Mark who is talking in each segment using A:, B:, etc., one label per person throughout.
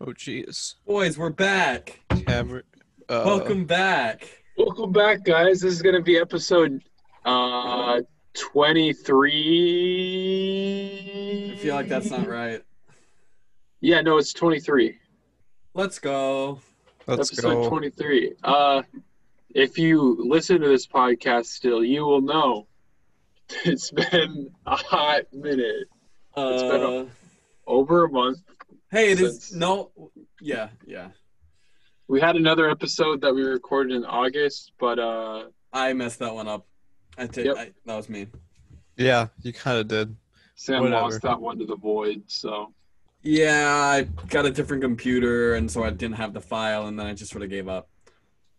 A: Oh, jeez.
B: Boys, we're back.
A: Camera. Uh,
B: Welcome back.
C: Welcome back, guys. This is going to be episode uh, 23.
B: I feel like that's not right.
C: Yeah, no, it's 23.
B: Let's go.
A: Let's
C: episode
A: go.
C: 23. Uh, if you listen to this podcast still, you will know it's been a hot minute. It's been a-
B: Uh,
C: Over a month.
B: hey, it is
C: Since-
B: no. Yeah, yeah.
C: We had another episode that we recorded in August, but uh,
B: I messed that one up. I take.
C: Yep.
B: I, that was me.
A: Yeah, you kind of did.
C: Sam
A: Whatever.
C: lost that one to the void. So,
B: Yeah, I got a different computer, and so I didn't have the file, and then I just sort of gave up.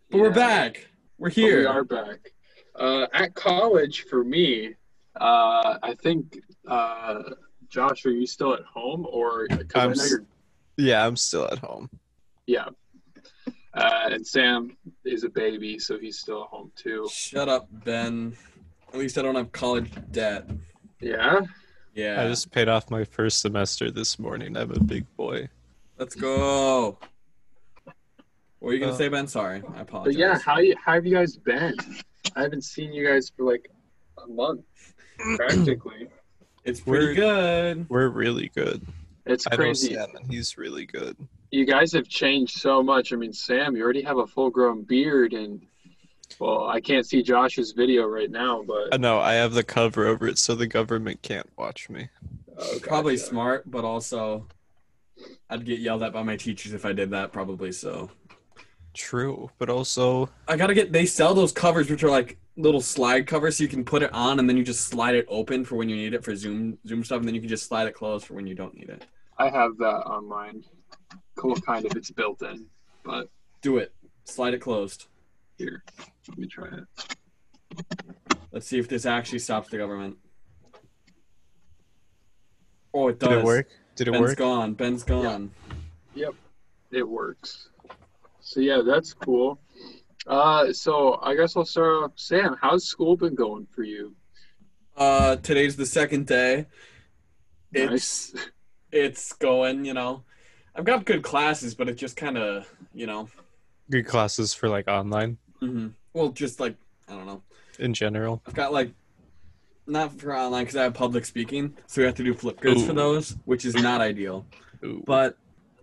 B: But we're
C: Yeah.
B: back. We're
C: But
B: here.
C: we are back. Uh, at college, for me, uh, I think, uh, Josh, are you still at home or? 'cause I
A: I'm
C: know
A: s-
C: you're-
A: Yeah, I'm still at home.
C: yeah. Uh, and Sam is a baby, so he's still at home too.
B: Shut up, Ben. At least I don't have college debt.
C: Yeah.
B: Yeah.
A: I just paid off my first semester this morning. I'm a big boy.
B: Let's go. What were you gonna
A: Uh,
B: say, Ben? Sorry, I
C: But
B: apologize.
C: yeah, how you how have you guys been? I haven't seen you guys for like a month, practically.
B: it's pretty
A: We're-
B: good.
A: We're really good.
C: It's
A: I know
C: crazy.
A: Sam, and he's really good.
C: You guys have changed so much. I mean, Sam, you already have a full grown beard, and well, I can't see Josh's video right now, but
A: I know. Uh, I have the cover over it, so the government can't watch me.
C: Oh,
B: Probably
C: gotcha.
B: smart, but also I'd get yelled at by my teachers if I did that. Probably so.
A: True, but also
B: I gotta get. They sell those covers, which are like little slide covers, so you can put it on and then you just slide it open for when you need it for Zoom Zoom stuff, and then you can just slide it closed for when you don't need it.
C: I have that on mine. Cool, kind of. It's built in, but
B: Do it. Slide it closed.
C: here, let me try it.
B: Let's see if this actually stops the government. Oh, it
A: did
B: does.
A: it work? Did it
B: Ben's
A: work?
B: gone. Ben's gone.
C: It works. So yeah, that's cool. Uh, so I guess I'll start off. Sam, how's school been going for you?
B: Uh, today's the second day. It's
C: Nice.
B: it's going, you know. I've got good classes, but it just kind of, you know,
A: Good classes for like online
B: hmm well, just like I don't know.
A: in general.
B: I've got like not for online because I have public speaking, so we have to do flip grids for
A: Ooh.
B: those, which is not ideal,
A: Ooh.
B: but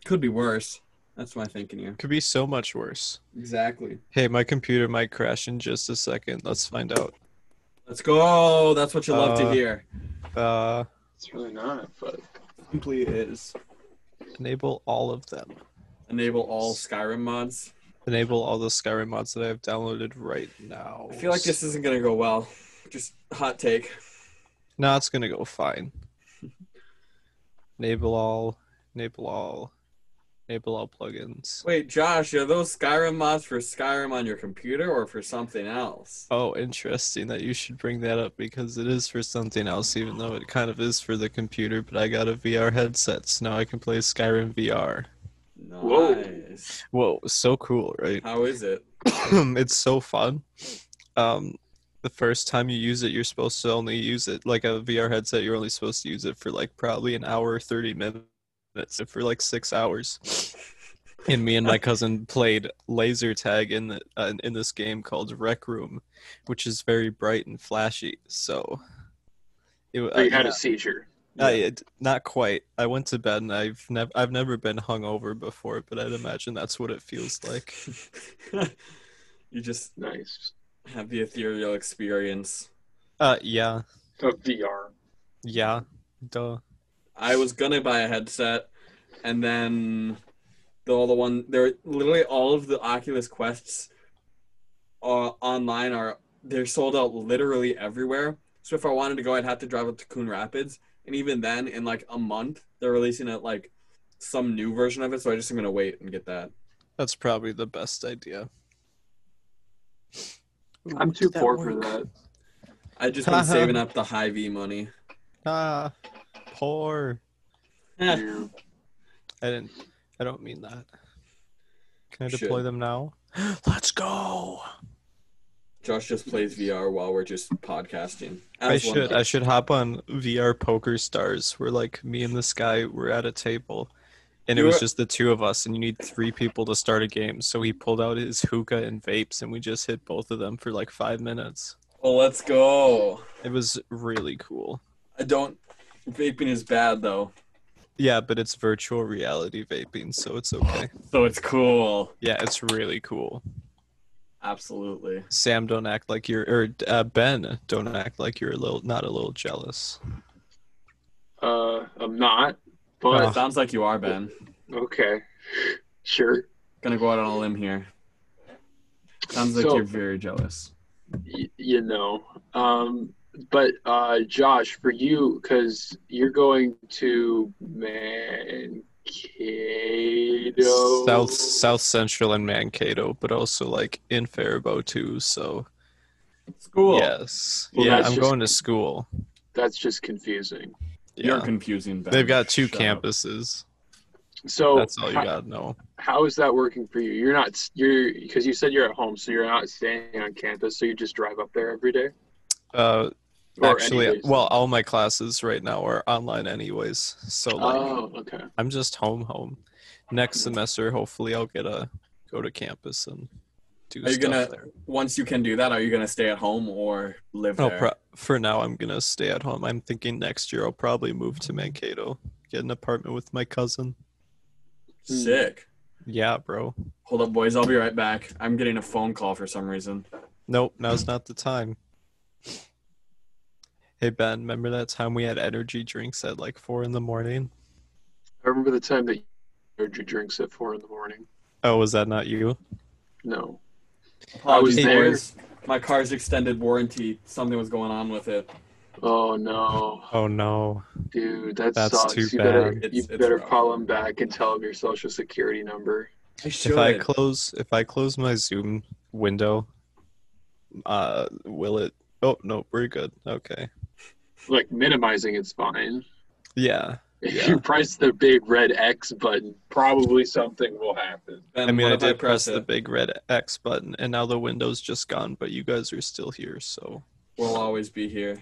B: could be worse. That's my thinking here.
A: could be so much worse.
B: Exactly.
A: Hey, my computer might crash in just a second. Let's find out.
B: Let's go. That's what you love to
A: Uh,
B: hear.
A: Uh,
C: It's really not, but
B: Simply is
A: enable all of them.
B: enable all Skyrim mods.
A: Enable all the Skyrim mods that I have downloaded right now.
B: I feel like this isn't gonna go well. Just hot take.
A: No, it's gonna go fine. enable all. Enable all. Enable all plugins.
B: Wait, Josh, are those Skyrim mods for Skyrim on your computer or for something else?
A: Oh, interesting that you should bring that up because it is for something else, even though it kind of is for the computer. But I got a VR headset, so now I can play Skyrim VR.
C: Whoa.
B: Nice.
A: Whoa, so cool, right?
B: How is it?
A: it's so fun. Um, the first time you use it, you're supposed to only use it like a VR headset. You're only supposed to use it for like probably an hour, or thirty minutes, and for like six hours. And me and my cousin played laser tag in the, uh, in this game called Rec Room, which is very bright and flashy. So, it,
C: so you had
A: uh,
C: a seizure.
A: I, it- not quite. I went to bed and I've never I've never been hungover before, but I'd imagine that's what it feels like.
B: you just
C: Nice.
B: have the ethereal experience.
A: Uh, yeah.
C: Of VR.
A: Yeah, duh.
B: I was gonna buy a headset, and then the all the one they're literally all of the Oculus Quests uh, online are they're sold out literally everywhere. So if I wanted to go, I'd have to drive up to Coon Rapids, and even then, in like a month, they're releasing it like some new version of it. So I just am gonna wait and get that.
A: That's probably the best idea.
C: I'm too poor for that.
B: I just been
A: Haha.
B: saving up the high V money.
A: Ah, poor.
B: Eh,
C: You-
A: I didn't. I don't mean that. Can I
B: Shit.
A: deploy them now? Let's go.
B: Josh just plays VR while we're just podcasting.
A: I
B: As one
A: should.
B: does.
A: I should hop on VR Poker Stars, where like me and this guy were at a table, and it
B: You
A: was
B: were-
A: just the two of us, and you need three people to start a game. So he pulled out his hookah and vapes, and we just hit both of them for like five minutes.
B: Well, let's go.
A: It was really cool.
B: I don't. Vaping is bad though,
A: Yeah, but it's virtual reality vaping, so it's okay.
B: so it's cool.
A: Yeah, it's really cool.
B: Absolutely.
A: Sam, don't act like you're, or uh, Ben, don't act like you're a little, not a little jealous.
C: Uh, I'm not,
B: But
A: Oh.
B: it
C: but
B: sounds like you are, Ben.
C: okay, sure.
B: Gonna go out on a limb here. Sounds like
C: So-
B: you're very jealous.
C: Y- you know, um, but uh, Josh, for you, because you're going to Mankato.
A: South South Central and Mankato, but also like in Faribault too. So
B: School.
A: yes,
C: Well,
A: yeah,
C: that's
A: I'm
C: just-
A: going to school.
C: That's just confusing.
B: You're
A: Yeah,
B: confusing. Ben.
A: they've got two
B: Shut up.
A: campuses.
C: So
A: That's all you
C: ho-
A: gotta know.
C: how is that working for you? You're not you're because you said you're at home, so you're not staying on campus. So you just drive up there every day.
A: Uh,
C: Or
A: actually,
C: anyways?
A: well, all my classes right now are online, anyways. So like,
C: Oh, okay.
A: I'm just home, home. Next semester, hopefully, I'll get a go to campus and do
B: Are you
A: stuff
B: gonna-
A: there.
B: Once you can do that, are you gonna stay at home or live
A: No,
B: there?
A: pro- for now, I'm gonna stay at home. I'm thinking next year I'll probably move to Mankato, get an apartment with my cousin.
B: Sick.
A: Yeah, bro.
B: Hold up, boys. I'll be right back. I'm getting a phone call for some reason.
A: Nope, now's not the time. Hey Ben, remember that time we had energy drinks at like four in the morning?
C: I remember the time that you ordered your drinks at four in the morning.
A: Oh, was that not you?
C: No, I
B: Apologies,
C: was there.
B: boys. My car's extended warranty. Something was going on with it.
C: oh no,
A: Oh no.
C: dude, that
A: That's
C: sucks.
A: too
C: you better
A: bad.
C: you
B: It's- it's
C: better
B: rough.
C: call them back and tell them your social security number.
B: I
A: If I close if I close my Zoom window, uh will it Oh no, we're good. Okay.
C: Like minimizing it's fine.
A: Yeah.
C: If
A: Yeah.
C: you press the big red X button, probably something will happen.
B: Ben,
A: I mean
B: what
A: I
B: if
A: did press
B: press
A: the
B: it?
A: big red X button and now the window's just gone, but you guys are still here, so
B: We'll always be here.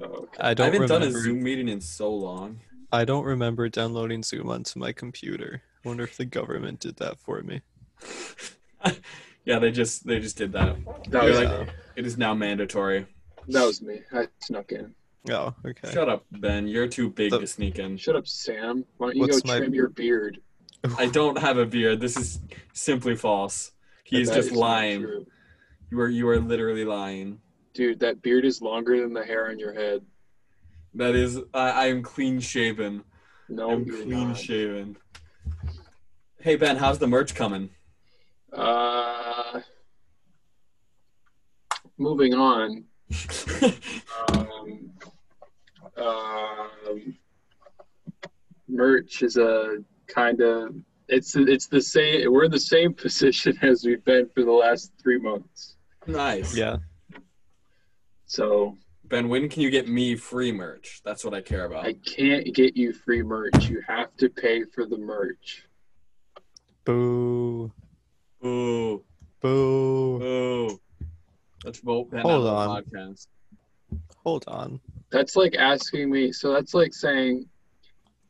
C: Oh, okay.
A: I
B: I
A: don't
B: haven't
A: remember
B: done a Zoom meeting in so long.
A: I don't remember downloading Zoom onto my computer. I wonder if the government did that for me.
B: yeah, they just they just did that.
C: That
B: You're
C: was,
B: like- It is now mandatory.
C: that was me. I snuck in.
A: Oh, okay.
B: Shut up, Ben. You're too big
A: The-
B: to sneak in.
C: Shut up, Sam. Why don't you
A: What's
C: go
A: my-
C: trim your beard?
B: I don't have a beard. This is simply false. He's
C: That
B: just
C: is not
B: lying.
C: true.
B: You are you are literally lying.
C: Dude, that beard is longer than the hair on your head.
B: That is I, I am clean shaven.
A: Oh
C: No,
B: I'm
C: you're
B: clean
C: not.
B: shaven. Hey Ben, how's the merch coming?
C: Uh, moving on. Um, um, merch is a kind of it's it's the same. We're in the same position as we've been for the last three months.
B: nice.
A: Yeah.
C: So
B: Ben, when can you get me free merch? That's what I care about.
C: I can't get you free merch. You have to pay for the merch.
A: Boo.
B: Ooh,
A: Boo.
B: ooh. Let's vote Ben
A: Hold
B: out of
A: on.
B: the podcast.
A: Hold on.
C: That's like asking me. So that's like saying,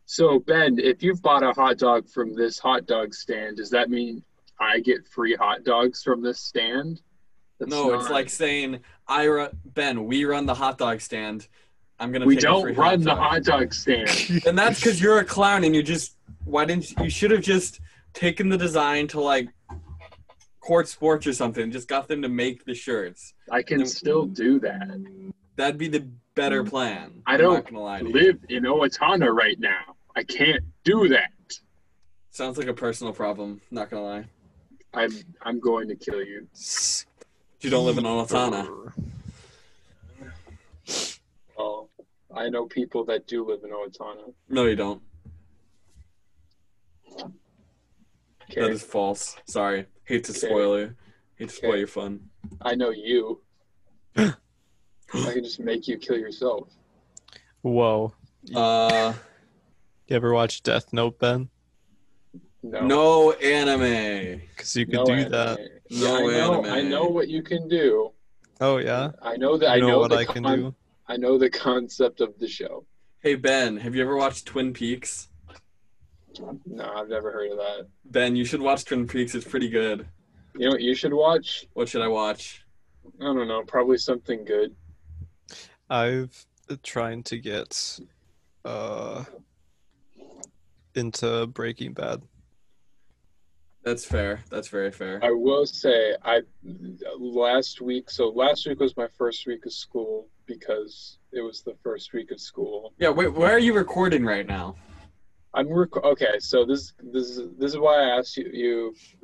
C: so Ben, if you've bought a hot dog from this hot dog stand, does that mean I get free hot dogs from this stand? That's
B: no, it's
C: not-
B: like saying I run Ben. We run the hot dog stand. I'm gonna.
C: we
B: take a free
C: don't run the
B: dog.
C: hot dog stand.
B: And that's because you're a clown, and you just why didn't you, you should have just taken the design to like Court Sports or something, just got them to make the shirts.
C: I can still do that.
B: That'd be the better
A: Mm.
B: plan.
C: I
B: I'm
C: don't
B: not gonna lie
C: I
B: to you.
C: live in Owatonna right now. I can't do that.
B: Sounds like a personal problem. Not gonna lie.
C: I'm I'm going to kill you.
B: You don't live in Olatana.
C: Oh, I know people that do live in Owatonna.
B: No, you don't.
C: Okay,
B: That is false. Sorry. Hate to
C: Okay.
B: spoil you. Hate to spoil
C: Okay.
B: your fun.
C: I know you. I can just make you kill yourself.
A: Whoa.
B: Uh,
A: You ever watch Death Note, Ben?
C: No.
B: no anime.
A: Because you could
C: No
A: do
C: anime.
A: that.
C: Yeah, I
B: No
C: know.
B: anime.
C: I know what you can do.
A: Oh, yeah?
C: I know that. I
A: you know,
C: know
A: what
C: the
A: I can
C: con-
A: do?
C: I know the concept of the show.
B: Hey Ben, have you ever watched Twin Peaks?
C: No, I've never heard of that.
B: Ben, you should watch Twin Peaks. It's pretty good.
C: You know what you should watch?
B: What should I watch?
C: I don't know. Probably something good.
A: I've been trying to get uh into Breaking Bad.
B: That's fair. That's very fair.
C: I will say, I last week. So last week was my first week of school because it was the first week of school.
B: Yeah, wait, where are you recording right now?
C: I'm rec- okay. So this this is this is why I asked you,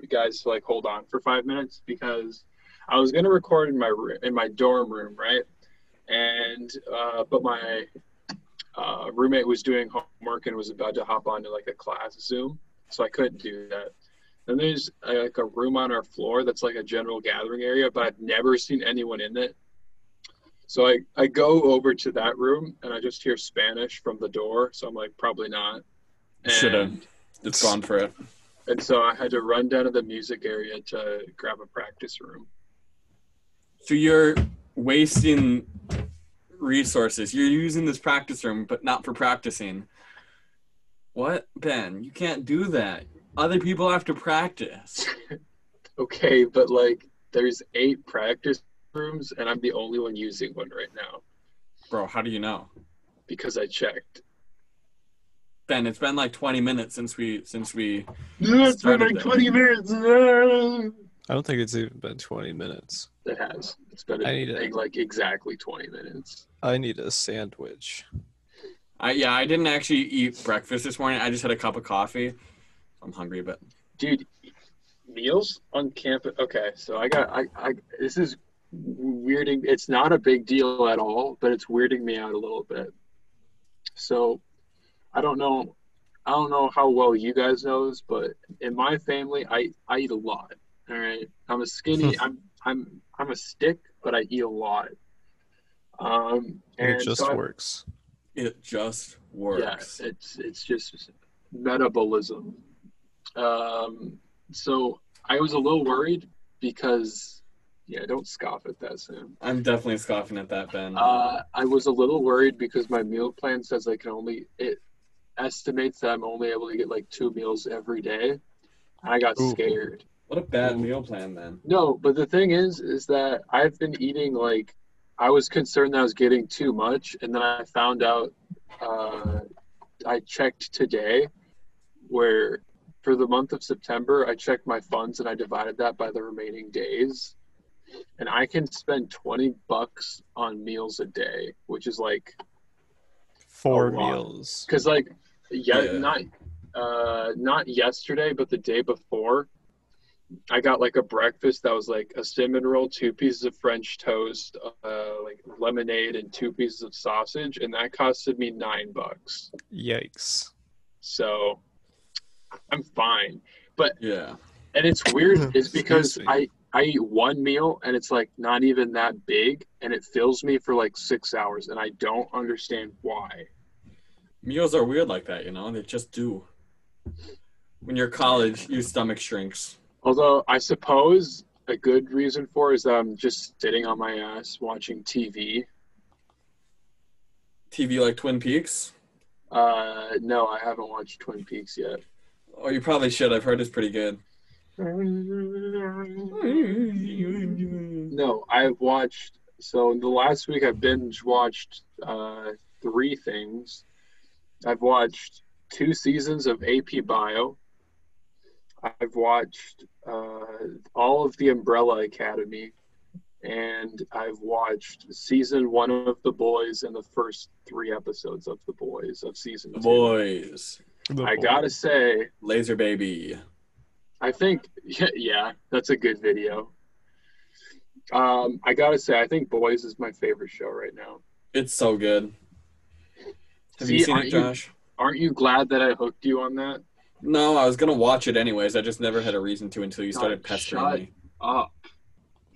C: you guys to like hold on for five minutes because I was gonna record in my ro- in my dorm room, right? And uh, but my uh, roommate was doing homework and was about to hop onto like a class Zoom, so I couldn't do that. Then there's uh, like a room on our floor that's like a general gathering area, but I've never seen anyone in it. So I, I go over to that room and I just hear Spanish from the door. So I'm like, probably not. And-
B: Shoulda. It's gone for it.
C: And so I had to run down to the music area to grab a practice room.
B: So you're wasting resources. You're using this practice room, but not for practicing. What, Ben? You can't do that. Other people have to practice.
C: Okay, but like there's eight practice rooms and I'm the only one using one right now
B: Bro, how do you know?
C: because I checked.
B: Ben, it's been like 20 minutes since we since we
C: It's been
B: Started
C: like
B: that.
C: 20 minutes.
A: I don't think it's even been 20 minutes.
C: It has. It's been
A: I need it.
C: like exactly 20 minutes.
A: I need a sandwich.
B: I yeah, I didn't actually eat breakfast this morning. I just had a cup of coffee. I'm hungry, but
C: dude meals on campus okay so i got i, I this is weirding it's not a big deal at all but it's weirding me out a little bit so i don't know i don't know how well you guys know this but in my family i i eat a lot all right i'm a skinny i'm i'm i'm a stick but i eat a lot um and
A: It just
C: so I-
A: works.
B: it just works.
C: yeah, it's it's just metabolism. Um, so I was a little worried because yeah, don't scoff at that, Sam.
B: I'm definitely scoffing at that, Ben.
C: Uh, I was a little worried because my meal plan says I can only it estimates that I'm only able to get like two meals every day, and I got
A: Ooh.
C: scared.
B: what a bad meal plan, then.
C: No, but the thing is, is that I've been eating like I was concerned that I was getting too much, and then I found out uh, I checked today where for the month of September I checked my funds and I divided that by the remaining days, and I can spend twenty bucks on meals a day, which is like
A: Four
C: lot.
A: meals.
C: because like yeah,
B: Yeah.
C: not uh not yesterday but the day before i got like a breakfast that was like a cinnamon roll two pieces of french toast uh like lemonade and two pieces of sausage and that costed me nine bucks
A: Yikes.
C: so i'm fine
B: Yeah.
C: and it's weird is
A: Excuse
C: because
A: me.
C: i i eat one meal and it's like not even that big and it fills me for like six hours and i don't understand why
B: Meals are weird like that, you know? They just do. When you're college, your stomach shrinks.
C: Although I suppose a good reason for it is that I'm just sitting on my ass watching TV.
B: TV like Twin Peaks?
C: Uh, no, I haven't watched Twin Peaks yet.
B: Oh, you probably should. I've heard it's pretty good.
C: No, I've watched. So in the last week, I binge watched uh, three things. I've watched two seasons of AP Bio. I've watched uh, all of the Umbrella Academy, and I've watched season one of The Boys and the first three episodes of The Boys of season
B: The
C: two.
B: boys.
C: I gotta say,
B: Laser baby.
C: I think yeah, yeah, that's a good video. Um, I gotta say, I think Boys is my favorite show right now.
B: It's so good. Have you
C: See,
B: seen
C: aren't
B: it,
C: you-
B: Josh?
C: Aren't you glad that I hooked you on that?
B: No, I was gonna watch it anyways. I just never had a reason to until you
C: God,
B: started pestering
C: shut-
B: me.
C: Oh,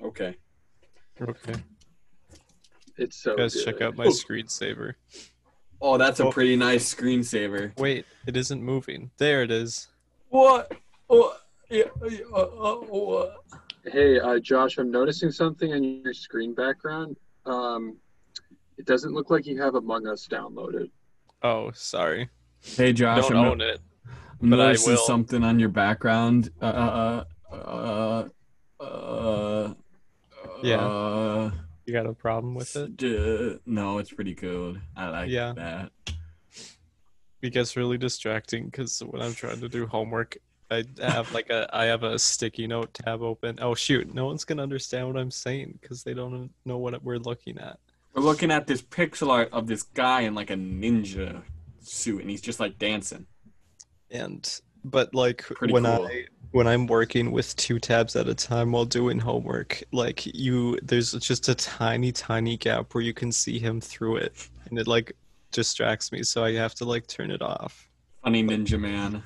B: Okay.
A: Okay.
C: it's so
A: Guys,
C: good.
A: check out my
B: Oh.
A: screensaver.
B: Oh, that's a
A: Oh.
B: pretty nice screensaver.
A: Wait, it isn't moving. There it is.
B: What? What? Yeah, yeah, uh, uh, what?
C: Hey, uh, Josh, I'm noticing something in your screen background. Um, it doesn't look like you have Among Us downloaded.
A: Oh, sorry.
B: Hey Josh,
A: Don't
B: I'm,
A: own it.
B: I'm
A: But I
B: noticing
A: will-
B: something on your background. Uh, uh, uh, uh, uh,
A: Yeah.
B: uh,
A: You got a problem with it?
B: d- no, it's pretty good. I like
A: Yeah.
B: that.
A: It gets really distracting because when I'm trying to do homework, I have like a I have a sticky note tab open. Oh shoot, no one's gonna understand what I'm saying because they don't know what we're looking at.
B: We're looking at this pixel art of this guy in like a ninja suit, and he's just like dancing.
A: and but like
B: Pretty
A: when
B: cool.
A: i when i'm working with two tabs at a time while doing homework like you there's just a tiny tiny gap where you can see him through it and it like distracts me so i have to like turn it off
B: Funny ninja man.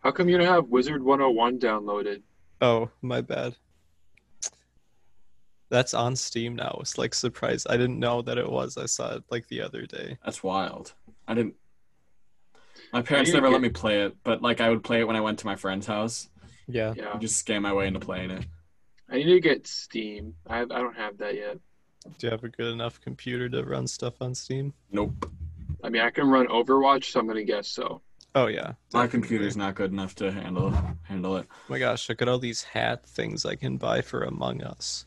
C: How come you don't have Wizard 101 downloaded?
A: oh my bad that's on steam now it's like surprise i didn't know that it was i saw it like the other day
B: That's wild. I didn't. My parents
C: you-
B: never let me play it, but like I would play it when I went to my friend's house.
A: yeah
C: Yeah.
B: I'd just scam my way into playing it.
C: I need to get Steam. I, I don't have that yet.
A: do you have a good enough computer to run stuff on steam
B: Nope.
C: I mean, I can run Overwatch, so I'm going to guess so.
A: oh yeah
B: My
A: definitely.
B: computer's not good enough to handle handle it.
A: my gosh look at all these hat things i can buy for among us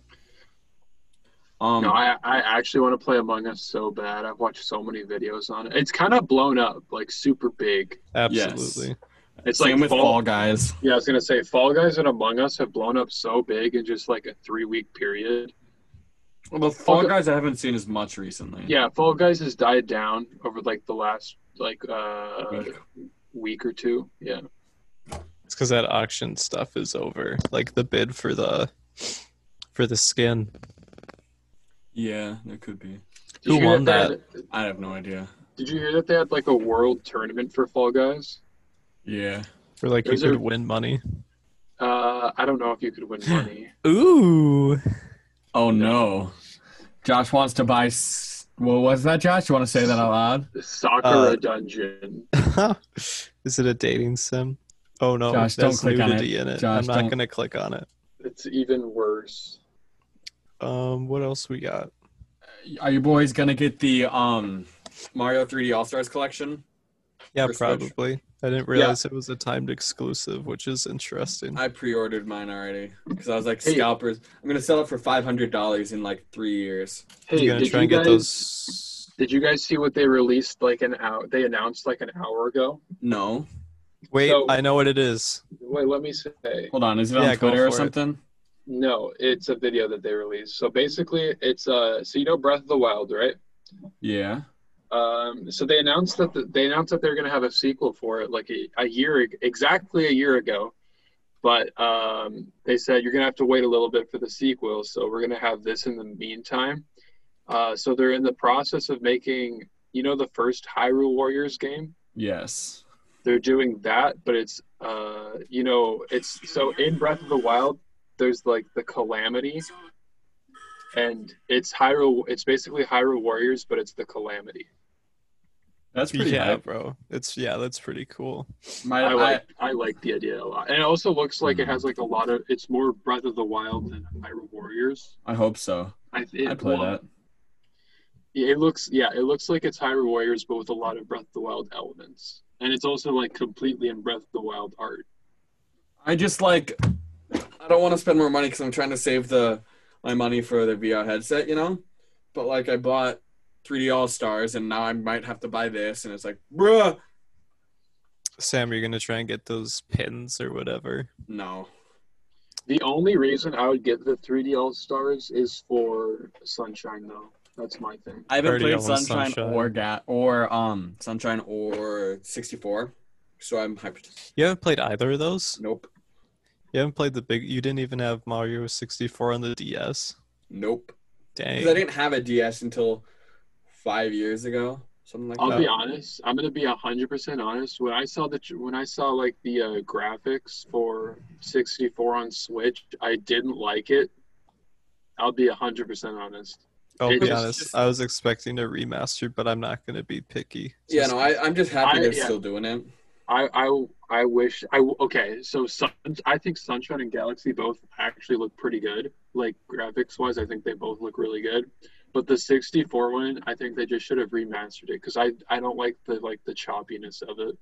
B: Um,
C: No, I, I actually want to play Among Us so bad. I've watched so many videos on it. It's kind of blown up, like super big.
A: Absolutely.
C: It's
B: same
C: like
B: with
C: Fall-
B: Fall Guys.
C: Yeah, I was gonna say Fall Guys and Among Us have blown up so big in just like a three week period.
B: Well, the Fall
C: Gu-
B: Guys I haven't seen as much
A: Hmm.
B: recently.
C: Yeah, Fall Guys has died down over like the last like uh
B: Week.
C: week or two. Yeah.
A: It's because that auction stuff is over. Like the bid for the for the skin.
B: Yeah, it could be.
A: Who
C: you hear
A: won
C: They had,
B: I have no idea.
C: did you hear that they had like a world tournament for Fall Guys?
B: Yeah.
A: For like
C: Those
A: you
C: are-
A: could win money.
C: Uh, I don't know if you could win money.
A: Ooh.
B: Oh no. Josh wants to buy. S- what was that, Josh? You want to say that out loud?
C: The Sakura
A: Uh,
C: Dungeon.
A: is it a dating sim? Oh no,
B: Josh, don't
A: there's
B: click on
A: nudity in it.
B: Josh,
A: I'm not
B: don't.
A: gonna click on it.
C: It's even worse.
A: Um what else we got?
B: Are you boys gonna get the um Mario 3D All Stars collection?
A: Yeah,
B: For Switch.
A: probably. I didn't realize it was a timed exclusive, which is interesting.
B: I pre-ordered mine already because I was like
C: Hey.
B: scalpers. I'm gonna sell it for five hundred dollars in like three years.
C: Hey,
A: you gonna
C: did
A: try
C: you
A: and get
C: guys
A: those
C: did you guys see what they released like an hour they announced like an hour ago?
B: No,
A: Wait,
C: So-
A: I know what it is.
C: Wait, let me say.
B: hold on. Is it on
A: Yeah, go
B: Twitter or
A: for it.
B: something?
C: No, it's a video that they released. So basically, it's uh, so you know Breath of the Wild, right?
B: Yeah.
C: Um, so they announced that the, they announced that they're gonna have a sequel for it, like a, a year exactly a year ago. But um, they said you're gonna have to wait a little bit for the sequel, so we're gonna have this in the meantime. Uh, so they're in the process of making, you know, the first Hyrule Warriors game.
B: Yes.
C: They're doing that, but it's, uh, you know, it's so in Breath of the Wild, there's like the calamity. and it's Hyrule. It's basically Hyrule Warriors, but it's the Calamity.
B: That's pretty.
A: Yeah,
B: hype.
A: bro. It's yeah, that's pretty cool.
B: My,
C: I
B: I,
C: like I like the idea a lot, and it also looks like it has like a lot of. It's more Breath of the Wild than Hyrule Warriors.
B: I hope so.
C: I it,
B: I play
C: well,
B: that.
C: yeah, It looks yeah, it looks like it's Hyrule Warriors, but with a lot of Breath of the Wild elements, and it's also like completely in Breath of the Wild art.
B: I just like. I don't want to spend more money because I'm trying to save the my money for the VR headset, you know. But like, I bought 3D All Stars, and now I might have to buy this, and it's like, bruh,
A: Sam, you're gonna try and get those pins or whatever.
B: no.
C: The only reason I would get the 3D All Stars is for Sunshine, though. That's my thing.
B: I haven't
A: Already
B: played
A: got one
B: Sunshine,
A: Sunshine.
B: or Ga- or um Sunshine or 64, so I'm hyped.
A: You haven't played either of those.
B: Nope,
A: You haven't played the big. You didn't even have Mario 64 on the DS.
B: nope. 'Cause I
A: Dang.
B: didn't have a DS until five years ago, something like
C: I'll
B: that.
C: be honest. I'm gonna be hundred percent honest. When I saw the when I saw like the uh, graphics for 64 on Switch, I didn't like it. I'll be hundred percent honest.
A: I'll
C: it
A: be
C: was
A: honest.
B: just-
A: I was expecting a remaster, but I'm not gonna be picky.
B: yeah,
A: Just-
B: no, I, I'm just happy
C: I-
B: they're
C: yeah.
B: still doing it.
C: I I, I wish I okay. So Sun, I think Sunshine and Galaxy both actually look pretty good. Like graphics wise, I think they both look really good. But the 64 one, I think they just should have remastered it because I I don't like the like the choppiness of it.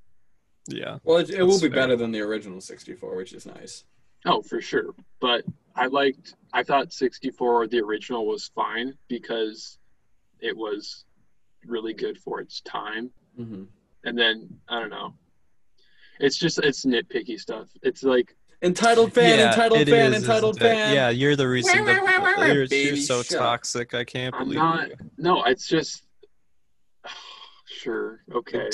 A: Yeah.
B: Well, it, it will
A: That's
B: be
A: fair.
B: better than the original 64, which is nice.
C: Oh, for sure. But I liked, I thought 64, the original, was fine because it was really good for its time.
B: Mm-hmm.
C: And then, I don't know. It's just, it's nitpicky stuff. It's like,
B: Entitled fan,
A: yeah,
B: entitled
A: it
B: fan,
A: is, isn't
B: entitled
A: it?
B: fan.
A: Yeah, you're the reason
B: Wah, wah, wah,
A: that
B: wah, wah.
A: you're, you're
B: Baby,
A: so
B: shut up.
A: toxic. I can't
C: I'm
A: believe
C: not-
A: you.
C: no, it's just, sure. Okay.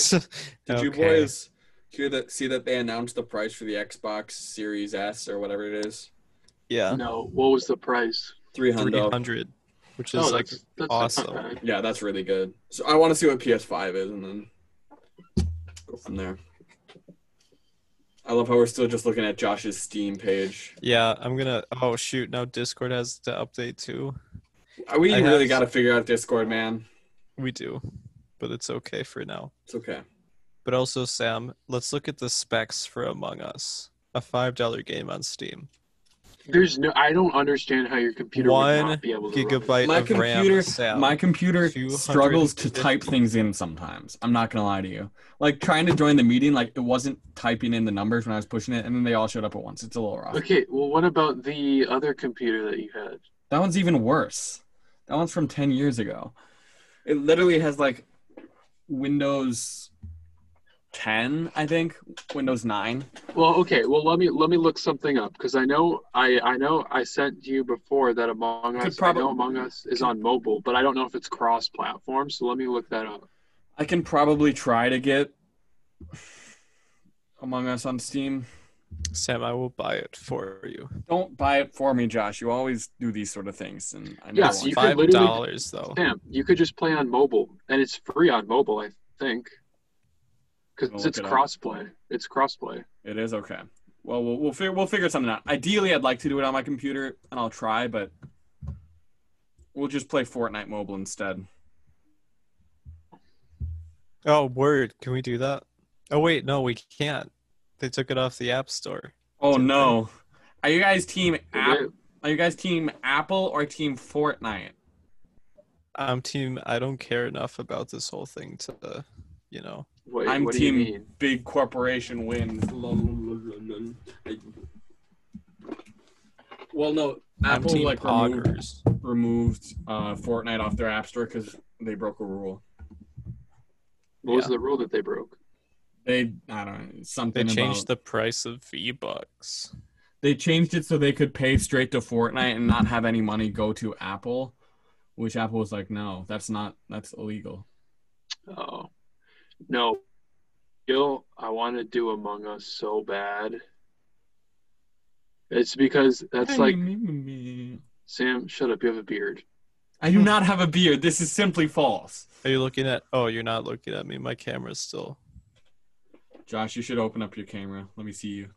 B: Did you boys hear that? See that they announced the price for the Xbox Series S or whatever it is?
A: Yeah,
C: No, what was the price? Oh,
B: Three
A: three
B: hundred.
A: hundred, which
B: Oh,
A: is like
C: that's- that's not
A: awesome.
C: bad.
B: Yeah, that's really good. So I want to see what PS5 is, and then go from there. I love how we're still just looking at Josh's Steam page.
A: yeah. I'm gonna. Oh shoot! Now Discord has to update too.
B: We
A: I have-
B: really got to figure out Discord, man.
A: We do, but it's okay for now.
B: It's okay.
A: But also, Sam, let's look at the specs for Among Us, a five dollar game on Steam.
C: There's no, I don't understand how your computer would
A: One
C: not be able to run it.
A: gigabyte
B: My
A: of
B: computer-
A: RAM. Sam.
B: My computer
A: 250.
B: struggles to type things in sometimes. I'm not gonna lie to you. Like trying to join the meeting, like it wasn't typing in the numbers when I was pushing it, and then they all showed up at once. It's a little rough.
C: Okay, well, what about the other computer that you had?
B: That one's even worse. That one's from 10 years ago. It literally has like Windows 10, I think, Windows 9.
C: Well, okay. Well, let me let me look something up because I know I I know I sent you before that Among
B: Could
C: Us.
B: probab-
C: I know Among Us is on mobile, but I don't know if it's cross-platform. So let me look that up.
B: I can probably try to get Among Us on Steam.
A: Sam, I will buy it for you.
B: Don't buy it for me, Josh. You always do these sort of things, and I
C: Yeah,
B: never want
C: so you
B: to.
C: could
A: Five
C: literally-
A: dollars though.
C: Damn, you could just play on mobile, and it's free on mobile, I think,
B: I'll
C: because
B: look
C: it's
B: it up.
C: cross-play. It's cross-play.
B: It is okay. Well, we'll we'll, fig- we'll figure something out. Ideally, I'd like to do it on my computer, and I'll try, but we'll just play Fortnite mobile instead.
A: Oh, word. Can we do that? Oh, wait. No, we can't. They took it off the App Store.
B: Oh
A: Did
B: no! Are you guys team app?
C: Okay.
B: Are you guys team Apple or team Fortnite?
A: I'm team. I don't care enough about this whole thing to, uh, you know.
C: Wait,
B: I'm
C: what
B: team
C: do you mean?
B: big corporation wins. Well, no,
A: I'm
B: Apple
A: team
B: like removed,
A: Poggers.
B: removed uh, Fortnite off their app store because they broke a rule.
C: What was
A: Yeah.
C: the rule that they broke?
B: They I don't know
A: They
B: something
A: changed
B: about
A: the price of V Bucks.
B: they changed it so they could pay straight to Fortnite and not have any money go to Apple, which Apple was like, no, that's not that's illegal.
C: Oh, no. Yo, I want to do Among Us so bad. It's because that's like Sam. Shut up. You have a beard.
B: I do not have a beard. This is simply false.
A: Are you looking at? Oh, you're not looking at me. My camera's still.
B: Josh, you should open up your camera. Let me see you.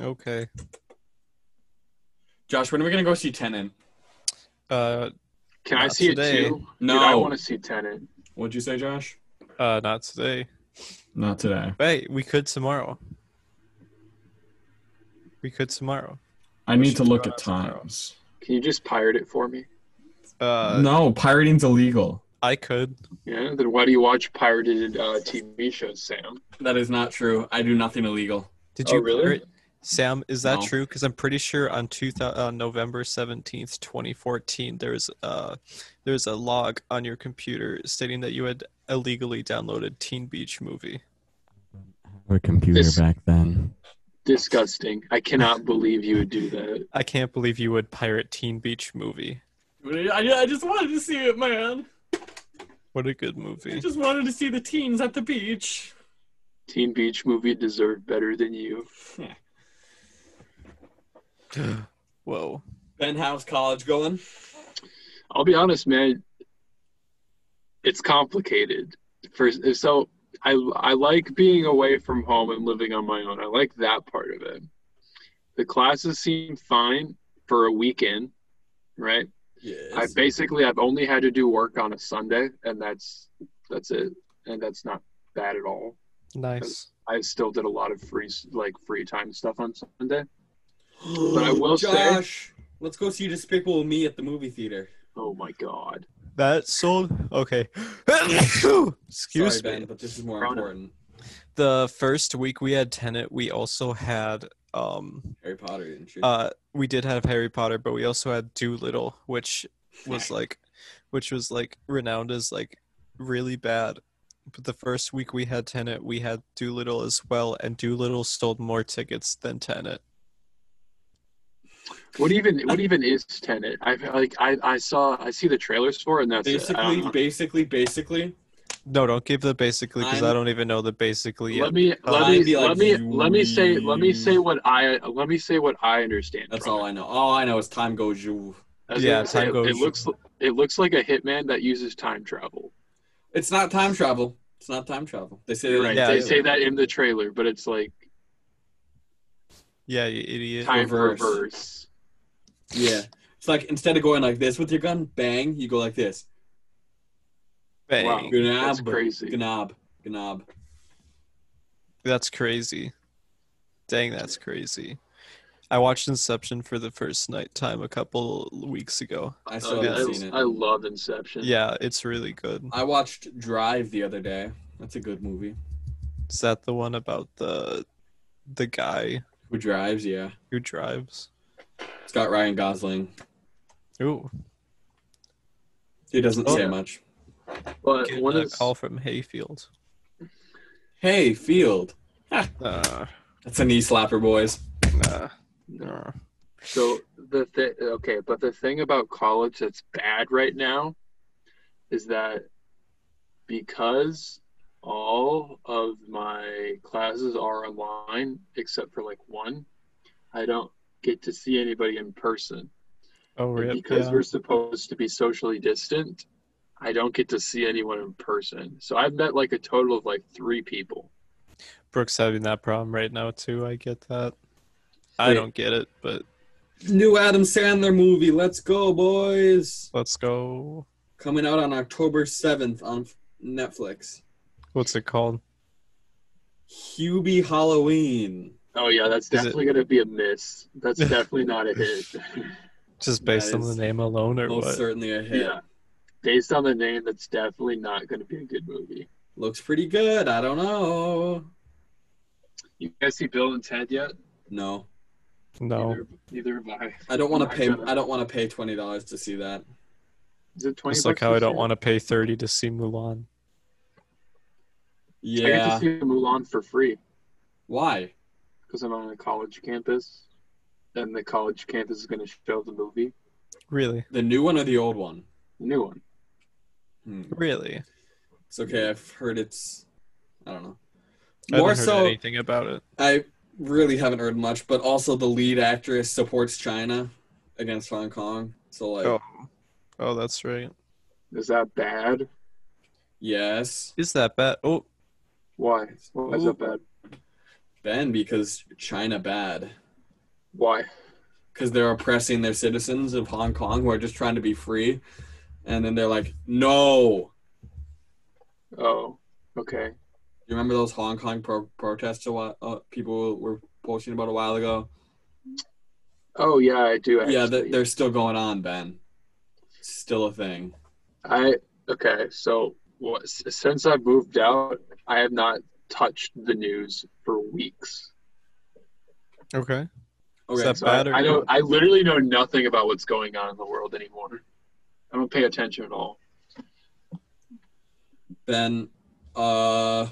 A: Okay.
B: Josh, when are we gonna go see Tenant?
A: Uh,
C: Can I
A: Not
C: see
A: today.
C: it too?
B: No.
C: Dude, I want to see Tenant.
B: What'd you say, Josh?
A: uh, not today.
B: Not today.
A: Hey, we could tomorrow. We could tomorrow.
B: I
A: We
B: need
A: should
B: to look
A: go
B: at
A: out tomorrow.
B: times.
C: Can you just pirate it for me?
A: Uh,
B: no, pirating's illegal.
A: I could.
C: Yeah. Then why do you watch pirated uh, TV shows, Sam?
B: That is not true. I do nothing illegal.
A: Did
C: Oh,
A: you
C: really?
A: pirate- Sam, is that
B: No.
A: true? Because I'm pretty sure on two thou- uh, November seventeenth, twenty fourteen, there's uh there's a log on your computer stating that you had illegally downloaded Teen Beach Movie.
D: Our computer
C: This- Mm-hmm.
D: back then.
C: Disgusting. I cannot believe you would do that.
A: I can't believe you would pirate Teen Beach Movie.
B: I, I just wanted to see it, man.
A: What a good movie!
B: just wanted to see the teens at the beach.
C: Teen Beach movie deserved better than you.
A: Whoa.
B: Ben, how's college going?
C: I'll be honest, man. It's complicated. For so, I I like being away from home and living on my own. I like that part of it. The classes seem fine for a weekend, right? I
B: Yes.
C: basically I've only had to do work on a Sunday, and that's that's it, and that's not bad at all.
A: Nice.
C: I still did a lot of free like free time stuff on Sunday. but I will say-
B: Josh, let's go see Despicable Me at the movie theater.
C: Oh my god!
A: That sold. Okay. Excuse
B: Sorry, Ben,
A: me.
B: but this is more
C: Corona.
B: important.
A: the first week we had Tenet, we also had um
B: Harry Potter and shit.
A: uh we did have Harry Potter, but we also had Doolittle, which was like which was like renowned as like really bad. But the first week we had Tenet, we had Doolittle as well, and Doolittle sold more tickets than Tenet.
C: What even what even is Tenet? I like I, I saw I see the trailers for it and that's it. I
B: basically,
C: don't know.
B: basically, basically,
A: No, don't give the basically because I
B: I'm-
A: don't even know the basically Uh, yet.
C: Let me let
B: I'd
C: me
B: be like,
C: let me let me say let me say what I let me say what I understand.
B: that's
C: from
B: all I know. All I know is time goes you.
C: it. I was
A: Yeah,
C: gonna say,
A: time
C: it-
A: goes-
C: It looks it looks like a hitman that uses time travel.
B: It's not time travel. It's not time travel. They say
C: You're
B: that
C: right.
B: in
A: Yeah,
C: they
B: the
C: say that in the trailer, but it's like
A: Yeah, you idiot.
C: time
B: reverse.
C: reverse.
B: Yeah. It's like instead of going like this with your gun, bang, you go like this.
A: Bang.
C: Wow.
B: Gnab.
C: That's crazy.
B: Gnab. Gnab.
A: That's crazy. Dang, that's crazy. I watched Inception for the first night time a couple weeks ago.
B: I
C: Uh,
B: still haven't seen it.
C: I, I love Inception.
A: Yeah, it's really good.
B: I watched Drive the other day. That's a good movie.
A: Is that the one about the the guy
B: Who drives? Yeah.
A: who drives?
B: It's got Ryan Gosling.
A: Ooh,
B: He doesn't
A: Oh.
B: say much.
C: but
A: getting
C: Uh, one
A: a
C: of
A: call from Hayfield.
B: Hey, Field.
A: Nah,
B: That's a knee slapper, boys.
A: nah, nah.
C: So the thi- okay, but the thing about college that's bad right now is that because all of my classes are online except for like one, I don't get to see anybody in person.
A: Oh,
C: And
A: rip.
C: because
A: yeah.
C: we're supposed to be socially distant, I don't get to see anyone in person. So I've met like a total of like three people.
A: Brooks having that problem right now too. I get that. I
B: Wait.
A: don't get it, but
B: New Adam Sandler movie. Let's go, boys.
A: let's go.
B: Coming out on October 7th on Netflix.
A: What's it called?
B: Hubie Halloween.
C: Oh yeah, that's
A: it-
C: definitely going to be a miss. That's definitely not a hit.
A: Just based
B: That
A: on the
B: is
A: name alone, or
B: Most
A: what?
B: certainly a hit.
C: Yeah. Based on the name, that's definitely not going to be a good movie.
B: Looks pretty good. I don't know.
C: You guys see Bill and Ted yet?
B: No,
A: No.
C: Neither, neither have I.
B: I don't want to
C: I
B: pay.
C: gotta-
B: I don't want to pay twenty dollars to see that.
C: Is it 20
A: It's like
C: bucks
A: how I
C: this
A: don't
C: year?
A: want to pay thirty to see Mulan.
C: I get
B: Yeah.
C: to see Mulan for free
B: Why?
C: because I'm on a college campus, and the college campus is going to show the movie,
A: Really,
B: The new one or the old one?
C: the new one.
B: Hmm.
A: really.
B: It's okay. I've heard it's. I don't know.
A: I
B: More
A: haven't heard
B: so,
A: anything about it.
B: I really haven't heard much. But also, the lead actress supports China against Hong Kong. So like,
A: Oh. Oh, that's right.
C: Is that bad?
B: yes,
A: Is that bad? Oh,
C: Why? Why is
A: Ooh.
C: that bad?
B: Ben, because China bad.
C: Why?
B: because they're oppressing their citizens of Hong Kong who are just trying to be free. And then they're like, no.
C: Oh, okay.
B: You remember those Hong Kong pro- protests a while, uh, people were posting about a while ago?
C: Oh yeah, I do. Actually.
B: Yeah, they're, they're still going on, Ben. Still a thing.
C: I okay. So what? s- Since I've moved out, I have not touched the news for weeks.
A: okay.
B: Okay,
A: Sup?
C: So I,
A: Bad or
C: I don't.
A: good?
C: I literally know nothing about what's going on in the world anymore. I don't pay attention at all.
B: Ben, uh,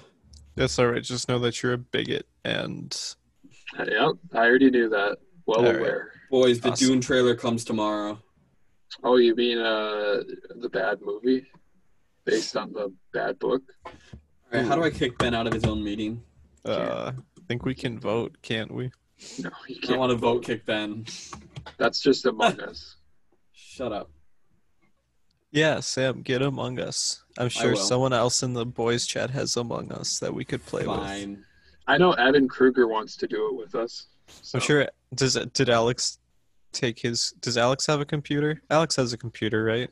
A: That's all right. Just know that you're a bigot, and
C: Yep, I already knew that. Well
A: All right.
C: aware.
B: boys, the
A: Awesome.
B: Dune trailer comes tomorrow.
C: Oh, you mean uh, the bad movie, based on the bad book?
B: All right, how do I kick Ben out of his own meeting?
A: uh, I think we can vote, can't we?
C: No, you
B: I
C: can't.
B: want to vote kick Ben.
C: That's just Among Us.
B: Shut up.
A: Yeah, Sam, get Among Us. I'm sure
B: will.
A: someone else in the boys' chat has Among Us that we could play with.
B: Fine.
C: I know Evan Kruger wants to do it with us. So.
A: I'm sure. Does did Alex take his? Does Alex have a computer? Alex has a computer, right?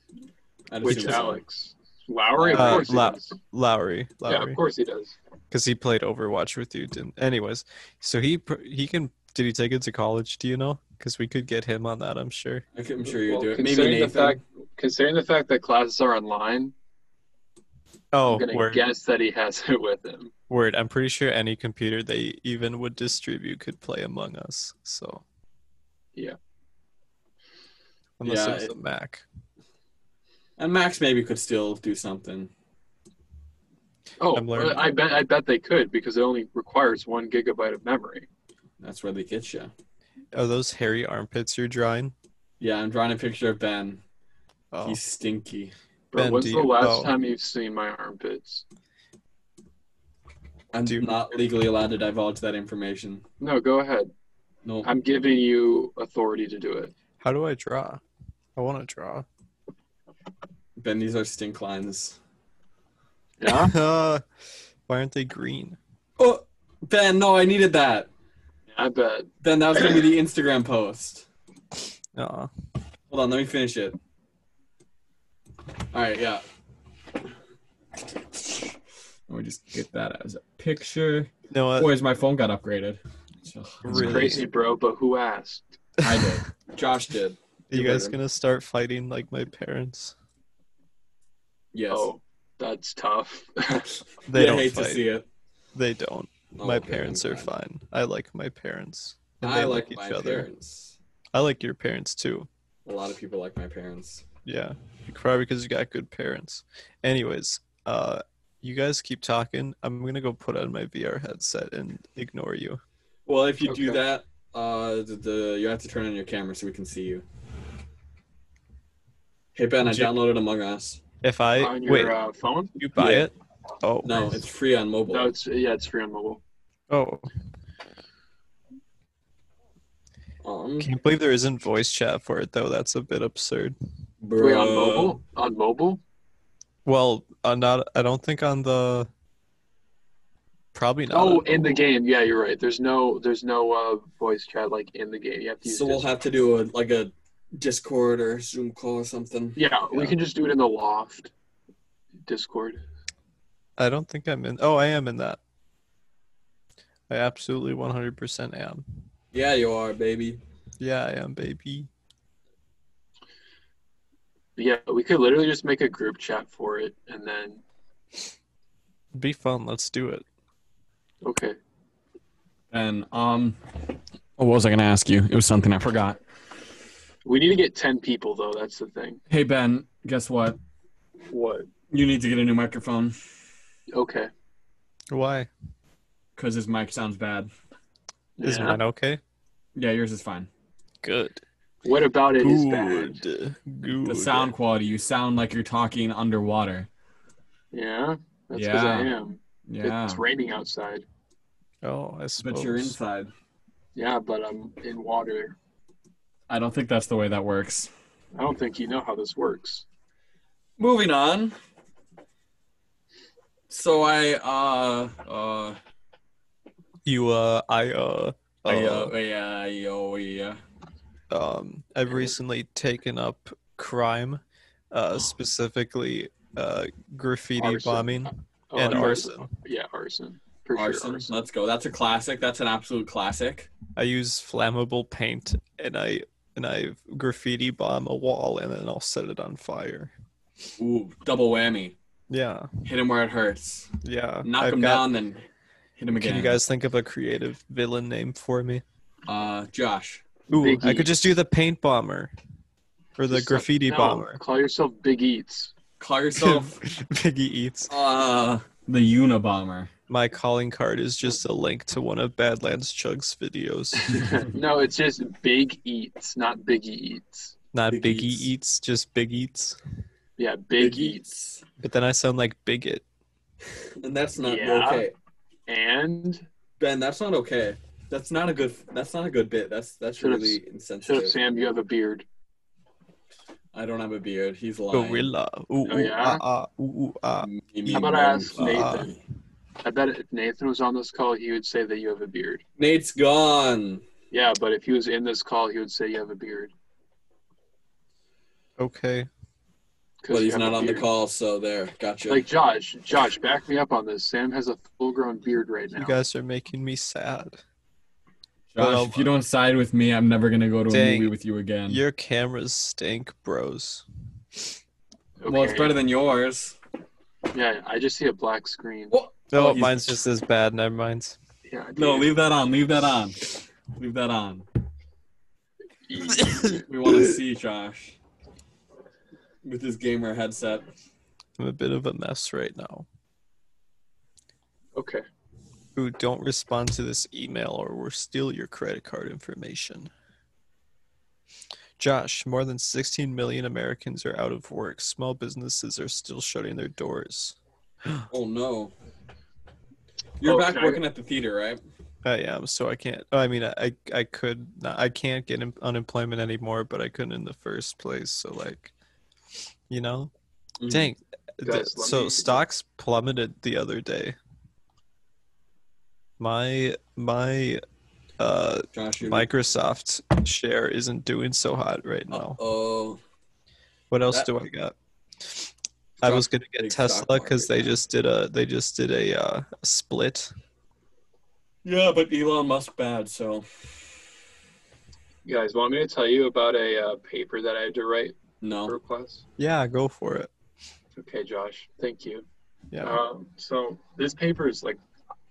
B: I'd
C: Which
B: assume so.
C: Alex? Lowry, of
A: Uh,
C: course he
A: Lau-
C: does.
A: Lowry. Lowry.
C: Yeah, of course he does.
A: because he played Overwatch with you. Didn't? Anyways, so he pr- he can did he take it to college? Do you know? Because we could get him on that. I'm sure.
B: I could- I'm sure you
C: Well,
B: do it. Maybe
C: Considering
B: Nathan.
C: the fact, considering the fact that classes are online,
A: Oh,
C: I'm gonna
A: word,
C: guess that he has it with him.
A: Word, I'm pretty sure any computer they even would distribute could play Among Us. So,
C: Yeah.
A: unless
B: Yeah,
A: it was
B: it-
A: a Mac.
B: And Max maybe could still do something.
C: Oh,
A: I'm learning.
C: well, I bet I bet they could because it only requires one gigabyte of memory.
B: That's where they get you.
A: Are those hairy armpits you're drawing?
B: Yeah, I'm drawing a picture of Ben.
A: Oh,
B: He's stinky.
C: But
A: Ben,
C: when's
A: do
C: the
A: you-
C: last
A: oh.
C: time you've seen my armpits?
B: I'm
A: Dude.
B: not legally allowed to divulge that information.
C: No, go ahead.
B: No,
C: I'm giving you authority to do it.
A: how do I draw? I want to draw.
B: Ben, these are stink lines.
C: Yeah.
A: Why aren't they green?
B: Oh, Ben, no, I needed that.
C: I bet.
B: Ben, that was gonna be the Instagram post.
A: Uh,
B: Hold on, let me finish it. All right, yeah. Let me just get that as a picture.
A: no, uh,
B: Boys, my phone got upgraded. So,
C: It's
A: Really?
C: crazy, bro. But who asked?
B: I did. Josh did.
A: are you guys
B: Twitter.
A: gonna start fighting like my parents?
B: Yes.
C: Oh, that's tough.
A: They
B: Yeah, I
A: don't
B: hate
A: fight.
B: to see it.
A: They don't.
B: Oh,
A: my
B: okay,
A: parents
B: I'm
A: are fine. I like my parents. And
B: I
A: they
B: like
A: like, each
B: my
A: other.
B: parents.
A: I like your parents too.
B: A lot of people like my parents.
A: Yeah, you cry because you got good parents. Anyways, uh, you guys keep talking. I'm gonna go put on my VR headset and ignore you.
B: Well, if you do
C: Okay.
B: that, uh, the, the you have to turn on your camera so we can see you. Hey Ben, I
A: Did you-
B: downloaded Among Us.
A: If I
C: on your
A: wait,
C: uh, phone?
A: you buy
B: yeah.
A: it? Oh
B: No, it's free on mobile.
C: No, it's yeah, it's free on mobile.
A: Oh,
B: um,
A: can't believe there isn't voice chat for it though. That's a bit absurd.
C: Free
B: bro.
C: on mobile? On mobile?
A: Well, uh, not. I don't think on the. Probably not.
C: oh,
A: on
C: in the
A: mobile.
C: game. Yeah, you're right. There's no there's no uh, voice chat like in the game. You have to use.
B: So we'll
C: Discord.
B: have to do a like a Discord or Zoom call or something.
C: yeah, we
A: Yeah.
C: can just do it in the loft. Discord.
A: I don't think I'm in. Oh, I am in that. I absolutely 100% am.
B: Yeah, you are, baby.
A: Yeah, I am, baby.
C: Yeah, we could literally just make a group chat for it, and then
A: Be fun. Let's do it.
C: okay.
B: And um, what was I gonna ask you? It was something I forgot.
C: We need to get ten people though. That's the thing.
B: Hey Ben, guess what?
C: What?
B: You need to get a new microphone
C: Okay.
A: Why?
B: because his mic sounds bad.
A: Is
C: Yeah.
A: mine okay?
B: Yeah, yours is fine.
A: Good.
C: What about it is bad?
A: Good. Good.
B: The sound quality. You sound like you're talking underwater.
C: Yeah, that's because I
B: Yeah.
C: am.
B: Yeah,
C: It's raining outside.
A: Oh, I suppose.
B: but you're inside.
C: Yeah, but I'm in water.
B: I don't think that's the way that works.
C: I don't think you know how this works.
B: Moving on. So I uh uh
A: You, uh, I, uh,
B: I,
A: uh,
B: uh, yeah I, oh yeah
A: um, I've recently taken up crime, uh, specifically, uh, graffiti
C: Arson.
A: bombing
C: Oh,
A: and
C: I thought-
A: arson.
C: Yeah, arson. For
B: arson.
C: Sure, arson.
B: Let's go. That's a classic. That's an absolute classic.
A: I use flammable paint and I and I graffiti bomb a wall and then I'll set it on fire.
B: Ooh, double whammy.
A: Yeah,
B: Hit him where it hurts.
A: yeah.
B: Knock
A: I've
B: him
A: got-
B: down, then hit him again.
A: Can you guys think of a creative villain name for me?
B: Uh, Josh.
A: Ooh, I
C: Biggie.
A: could just do the paint bomber or the
C: Just like-
A: graffiti
C: no,
A: bomber.
C: Call yourself Big Eats.
B: Call yourself
A: Biggie eats.
B: uh the Unabomber.
A: My calling card is just a link to one of Badlands Chug's videos.
C: no, it's just Big Eats, not Biggie Eats.
A: Not
B: Big
A: Biggie
B: Eats.
A: eats. just Big Eats.
C: Yeah, Big, Eats.
A: But then I sound like bigot.
B: And that's not
C: Yeah.
B: okay.
C: And
B: Ben, that's not okay. That's not a good. That's not a good bit. That's that's
C: Shut up,
B: really
C: shut up,
B: insensitive.
C: Sam. You have a beard.
B: I don't have a beard. He's lying. Mm,
A: Gorilla. Ooh,
C: Oh,
A: ooh,
C: yeah?
A: ah, ah, ooh, ooh, ah.
B: Me, me,
C: How about I
B: me,
C: ask
B: me.
C: Nathan? I bet if Nathan was on this call, he would say that you have a beard.
B: Nate's gone.
C: Yeah, but if he was in this call, he would say you have a beard.
A: Okay.
C: 'Cause
B: But
C: you
B: he's
C: have a
B: not on the
C: beard.
B: call, so there. Gotcha.
C: Like Josh, Josh, back me up on this. Sam has a full-grown beard right now.
A: You guys are making me sad.
B: Josh, if you don't side with me, I'm never gonna go to a
A: Dang.
B: movie with you again.
A: Your cameras stink, bros.
C: Okay.
B: Well, it's better than yours.
C: Yeah, I just see a black screen.
B: What?
A: No,
B: Oh, he's-
A: mine's just as bad. Never mind.
C: Yeah,
B: No,
C: dude.
B: leave that on. Leave that on. Leave that on. We want to see Josh with his gamer headset.
A: I'm a bit of a mess right now.
C: okay.
A: Who don't respond to this email or will steal your credit card information. Josh, more than 16 million Americans are out of work. Small businesses are still shutting their doors.
B: Oh no. You're back
C: Okay.
B: working at the theater, right?
A: I am, so I can't. I mean, I I could not. I can't get em- unemployment anymore, but I couldn't in the first place. So like, you know,
B: Mhm.
A: dang.
C: Guys,
A: the-
C: let
A: so
C: me-
A: stocks plummeted the other day. My my uh
B: Mm-hmm. Josh, you're
A: Microsoft share isn't doing so hot right now.
B: Oh,
A: What else
B: that-
A: do I got? I was gonna
B: big
A: get
B: stock
A: Tesla because
B: market
A: they
B: now.
A: just did a they just did a uh, split.
B: yeah, but Elon Musk bad. So
C: You guys want me to tell you about a uh, paper that I had to write for
B: no.
C: a class?
A: Yeah, go for it.
C: Okay, Josh. Thank you.
A: Yeah.
B: Uh,
C: Um, so this paper is like,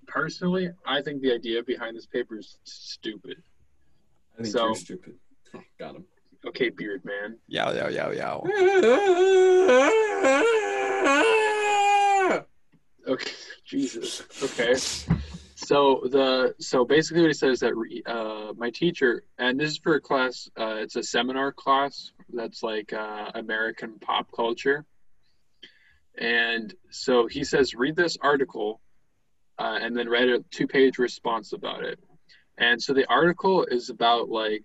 C: personally, I think the idea behind this paper is stupid.
B: I think
C: So-
B: you're stupid. Got him.
C: Okay, beard man.
A: Yow yow yow yow.
C: Okay, Jesus. Okay. So the so basically what he says that uh, my teacher and this is for a class. Uh, it's a seminar class that's like uh, American pop culture. And so he says, read this article, uh, and then write a two-page response about it. And so the article is about like,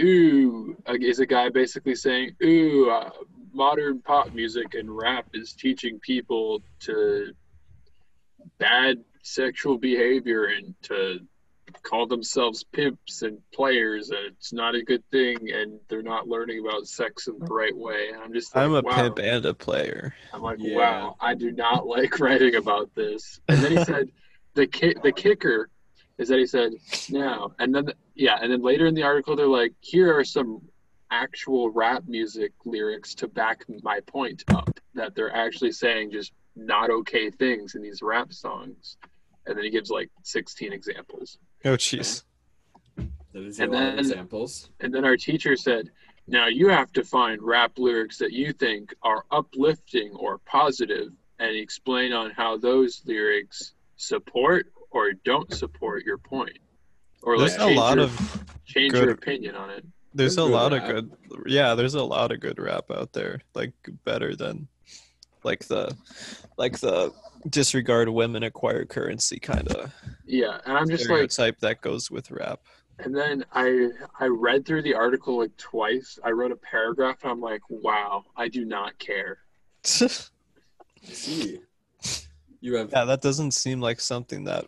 C: ooh, uh, is a guy basically saying, ooh, uh, modern pop music and rap is teaching people to bad sexual behavior and to call themselves pimps and players and it's not a good thing and they're not learning about sex in the right way and i'm just like,
A: I'm a
C: wow.
A: pimp and a player.
C: i'm like
B: Yeah.
C: wow i do not like writing about this and then he said the ki- the kicker is that he said no and then yeah and then later in the article they're like here are some actual rap music lyrics to back my point up that they're actually saying just not okay things in these rap songs and then he gives like 16 examples
A: Oh jeez.
B: That is a
C: And
B: lot of
C: then-
B: examples.
C: and then our teacher said now you have to find rap lyrics that you think are uplifting or positive and explain on how those lyrics support or don't support your point or
A: There's
C: like
A: a
C: change
A: lot
C: your-
A: of
C: change your
A: good-
C: opinion on it
A: there's a
B: good
A: lot of
B: rap.
A: good yeah, there's a lot of good rap out there. Like better than like the like the disregard women acquire currency kind of
C: yeah and i'm just like
A: stereotype that goes with rap.
C: And then I I read through the article like twice. I wrote a paragraph and I'm like, wow, I do not care.
A: yeah,
B: See, you have
A: that doesn't seem like something that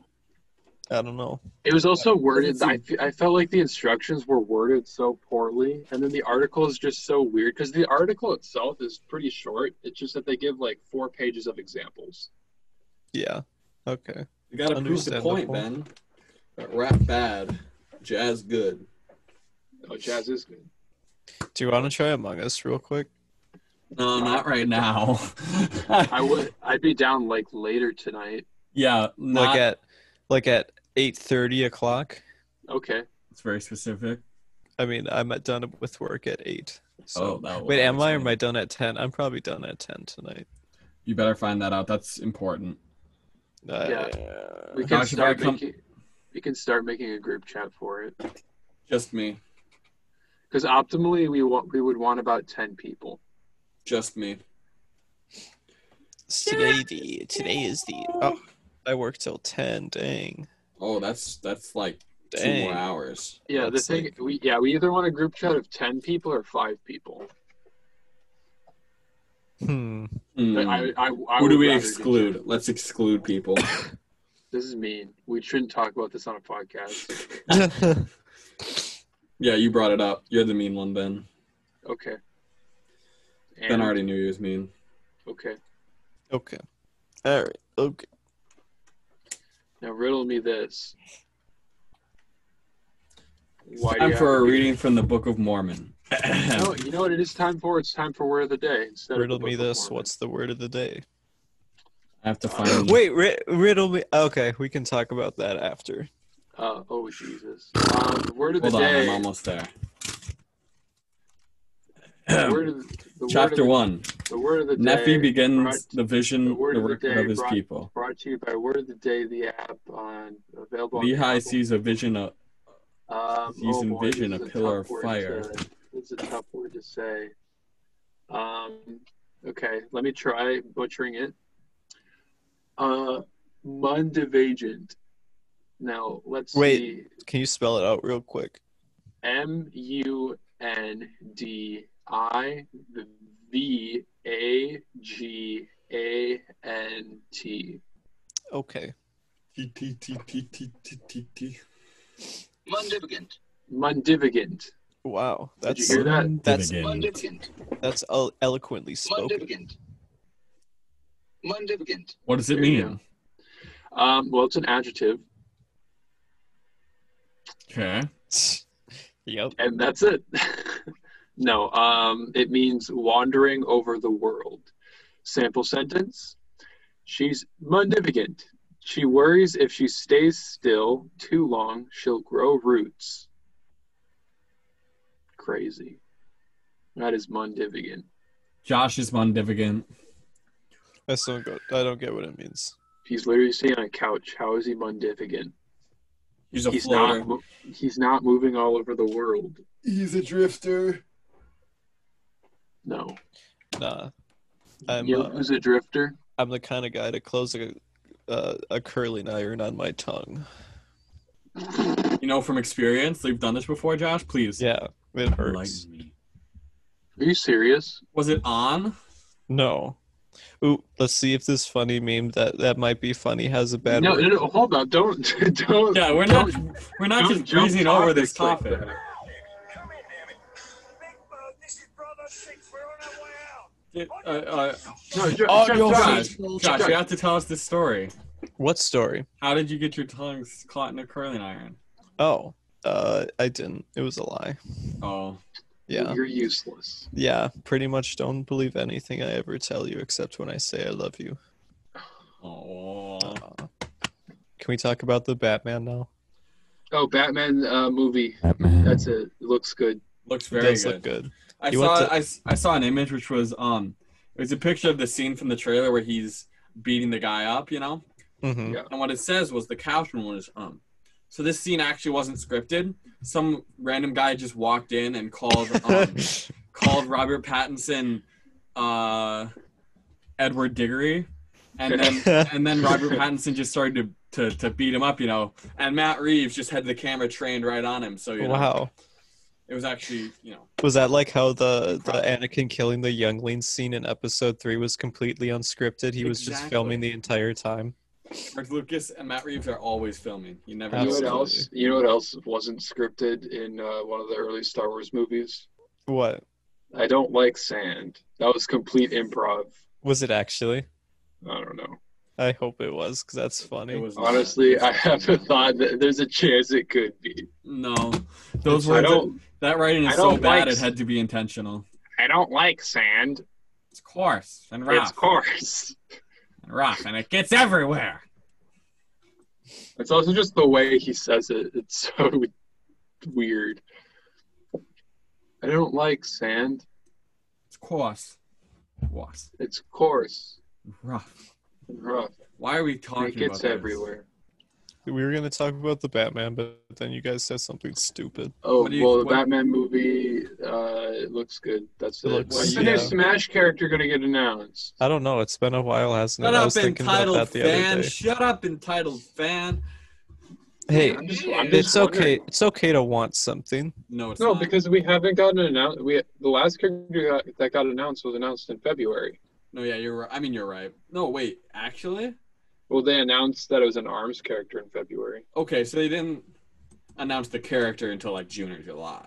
A: I don't know.
C: It was also worded.
B: doesn't
C: I, fe- I felt like the instructions were worded so poorly, and then the article is just so weird because the article itself is pretty short. It's just that they give like four pages of examples.
A: Yeah. Okay.
B: you got to prove the point,
A: Understandable.
B: Ben. That Rap bad, jazz good.
C: Oh, jazz is good.
A: Do you want to try Among Us real quick?
B: No, not right now.
C: I would I'd be down like later tonight.
B: Yeah, not.
A: like at like at eight thirty o'clock.
C: Okay.
B: it's very specific.
A: I mean, I'm at- done with work at eight. So
B: oh, that will
A: Wait, am I or am
B: explain
A: I
B: it.
A: done at 10? I'm probably done at 10 tonight.
B: You better find that out. That's important.
A: Uh,
C: We can
B: Josh, if I
C: start
B: come-
C: making we can start making a group chat for it
B: Just me.
C: because optimally we want we would want about ten people.
B: Just me.
A: Today the today is the oh, I work till 10. Dang.
B: Oh, that's that's like two
A: Dang.
B: more hours.
C: Yeah, the
A: That's
C: thing
A: like-
C: we yeah we either want a group chat of ten people or five people.
A: Hmm.
B: Hmm.
C: But I, I, I
B: Who do
C: would
B: we
C: rather do
B: exclude?
C: ten.
B: Let's exclude people.
C: This is mean. We shouldn't talk about this on a podcast.
B: yeah, you brought it up. You're the mean one, Ben.
C: Okay.
B: Ben already knew he was mean.
C: Okay.
A: okay. All right. Okay.
C: Now riddle me this. Why
B: It's
C: do
B: time
C: you
B: for
C: have-
B: a reading from the Book of Mormon.
C: No, you know what it is time for? It's time for word of the day instead
A: Riddle
C: of the
A: me
C: Book of
A: this.
C: Mormon.
A: What's the word of the day?
B: I have to find.
A: Wait, ri- riddle me. Okay, we can talk about that after.
C: Uh, oh Jesus. Um, the word of the
B: hold on,
C: day.
B: I'm almost there.
C: the word of the, the word
B: Chapter
C: of
B: one.
C: The, the word of the day.
B: Nephi
C: brought,
B: begins the vision,
C: the
B: the,
C: word of the
B: record
C: day
B: of his
C: brought-
B: people.
C: brought to you by Word of the Day, the app on available. on
B: Lehi
C: Apple.
B: sees a vision of.
C: Um,
B: He's
C: oh boy,
B: envisioned
C: this
B: a
C: is
B: pillar
C: tough
B: of
C: word
B: fire.
C: To, it's a tough word to say. Um, okay, let me try butchering it. Uh, Mundivagent. Now let's
A: Wait.
C: see.
A: Can you spell it out real quick?
C: M U N D I V A G A N T.
A: Okay.
E: Mundivagant.
C: Mundivagant.
A: Wow.
C: Did you
A: That's
C: hear that?
A: that's
D: Mundivagant.
E: Mundivagant.
A: that's elo- eloquently spoken.
E: Mundivagant. Mundivagant.
B: What does it
C: There you
B: mean?
C: Um, well, it's an adjective,
B: Okay.
A: Yep.
C: and that's it. no, um, it means wandering over the world. Sample sentence She's mundivagant. She worries if she stays still too long, she'll grow roots. Crazy. That is mundivagant.
B: Josh is mundivagant.
A: I still don't, go- I don't get what it means.
C: He's literally sitting on a couch. How is he mundivagant?
B: He's a
C: He's
B: floater.
C: not. mo- He's not moving all over the world.
B: He's a drifter.
C: No.
A: Nah. I'm
C: you know
A: uh,
C: who's a drifter?
A: I'm the kind of guy to close a uh, a curling iron on my tongue.
B: You know from experience, they've done this before, Josh. Please.
A: Yeah, it hurts.
B: Enlighten me.
C: Are you serious?
B: Was it on?
A: No. Ooh, let's see if this funny meme that that might be funny has a bad
C: no,
A: word.
C: no, no, hold on. Don't, don't.
B: Yeah, we're not.
C: don't-
B: We're not
C: don't
B: just
C: jump
B: breezing over this
C: topics like
B: topic.
C: that.
F: Come in, damn it. Big Bug, this is Bravo 6. We're on our way out.
B: It- uh, uh,
C: No, Josh,
A: Oh, no,
C: Josh, Josh.
B: Josh, Josh, you have to tell us this story.
A: What story?
B: How did you get your tongue caught in a curling iron?
A: Oh, uh, I didn't. It was a lie.
B: Oh,
A: Yeah,
C: You're useless.
A: yeah. Pretty much, don't believe anything I ever tell you except when I say I love you.
B: oh.
A: Aw. Can we talk about the Batman now?
C: Oh, Batman uh, movie.
D: Batman.
C: That's it. Looks good.
B: Looks
A: It
B: very
A: does
B: good.
A: look good.
B: I
A: You
B: saw
A: want to-
B: I, s- I saw an image which was um it was a picture of the scene from the trailer where he's beating the guy up, you know.
A: hmm
B: And what it says was the caption was um. So this scene actually wasn't scripted. Some random guy just walked in and called um, called Robert Pattinson, uh, Edward Diggory, and then and then Robert Pattinson just started to, to to beat him up, you know. And Matt Reeves just had the camera trained right on him, so you know
A: Wow.
B: it was actually you know
A: Was that like how the the
B: Probably.
A: Anakin killing the youngling scene in episode three was completely unscripted? He was just filming
B: Exactly.
A: the entire time.
B: George Lucas and Matt Reeves are always filming. You never
C: You
B: know.
C: know what
A: Absolutely.
C: else? You know what else wasn't scripted in uh, one of the early Star Wars movies?
A: What
C: I don't like sand. That was complete improv.
A: was it actually?
C: I don't know.
A: I hope it was because that's funny.
B: It was not.
C: Honestly, I haven't thought that there's a chance it could be.
B: No, those
C: I
B: words.
C: don't.
B: that writing
C: I
B: is so
C: don't
B: bad
C: like-
B: it had to be intentional.
C: I don't like sand.
B: It's coarse and
C: It's
B: rough
C: coarse.
B: and rough, and it gets everywhere.
C: It's also just the way he says it. It's so weird. I don't like sand.
B: It's coarse, coarse,
C: It's coarse
B: rough.
C: and rough.
B: Why are we
C: and
B: talking
C: It gets
B: about this?
C: everywhere.
A: we were gonna talk about the Batman, but then you guys said something stupid.
C: Oh
B: What do you-
C: well, the
B: what-
C: Batman movie uh, it looks good. That's
A: It
C: it.
A: looks-
C: When's the new
A: yeah.
C: Smash character gonna get announced?
A: I don't know. It's been a while, hasn't it?
B: Shut
A: I
B: up,
A: was thinking
B: entitled
A: about that the
B: fan.
A: other day.
B: Shut up, entitled fan.
A: Hey,
C: I'm just, I'm just
A: it's okay.
C: wondering.
A: It's okay to want something.
B: No, it's
C: No,
B: not.
C: because we haven't gotten announced. We the last character that- that got announced was announced in February.
B: no, yeah, you're. Right. I mean, you're right. No, wait, actually,
C: Well, they announced that it was an Arms character in February.
B: okay. So they didn't announce the character until like June or July.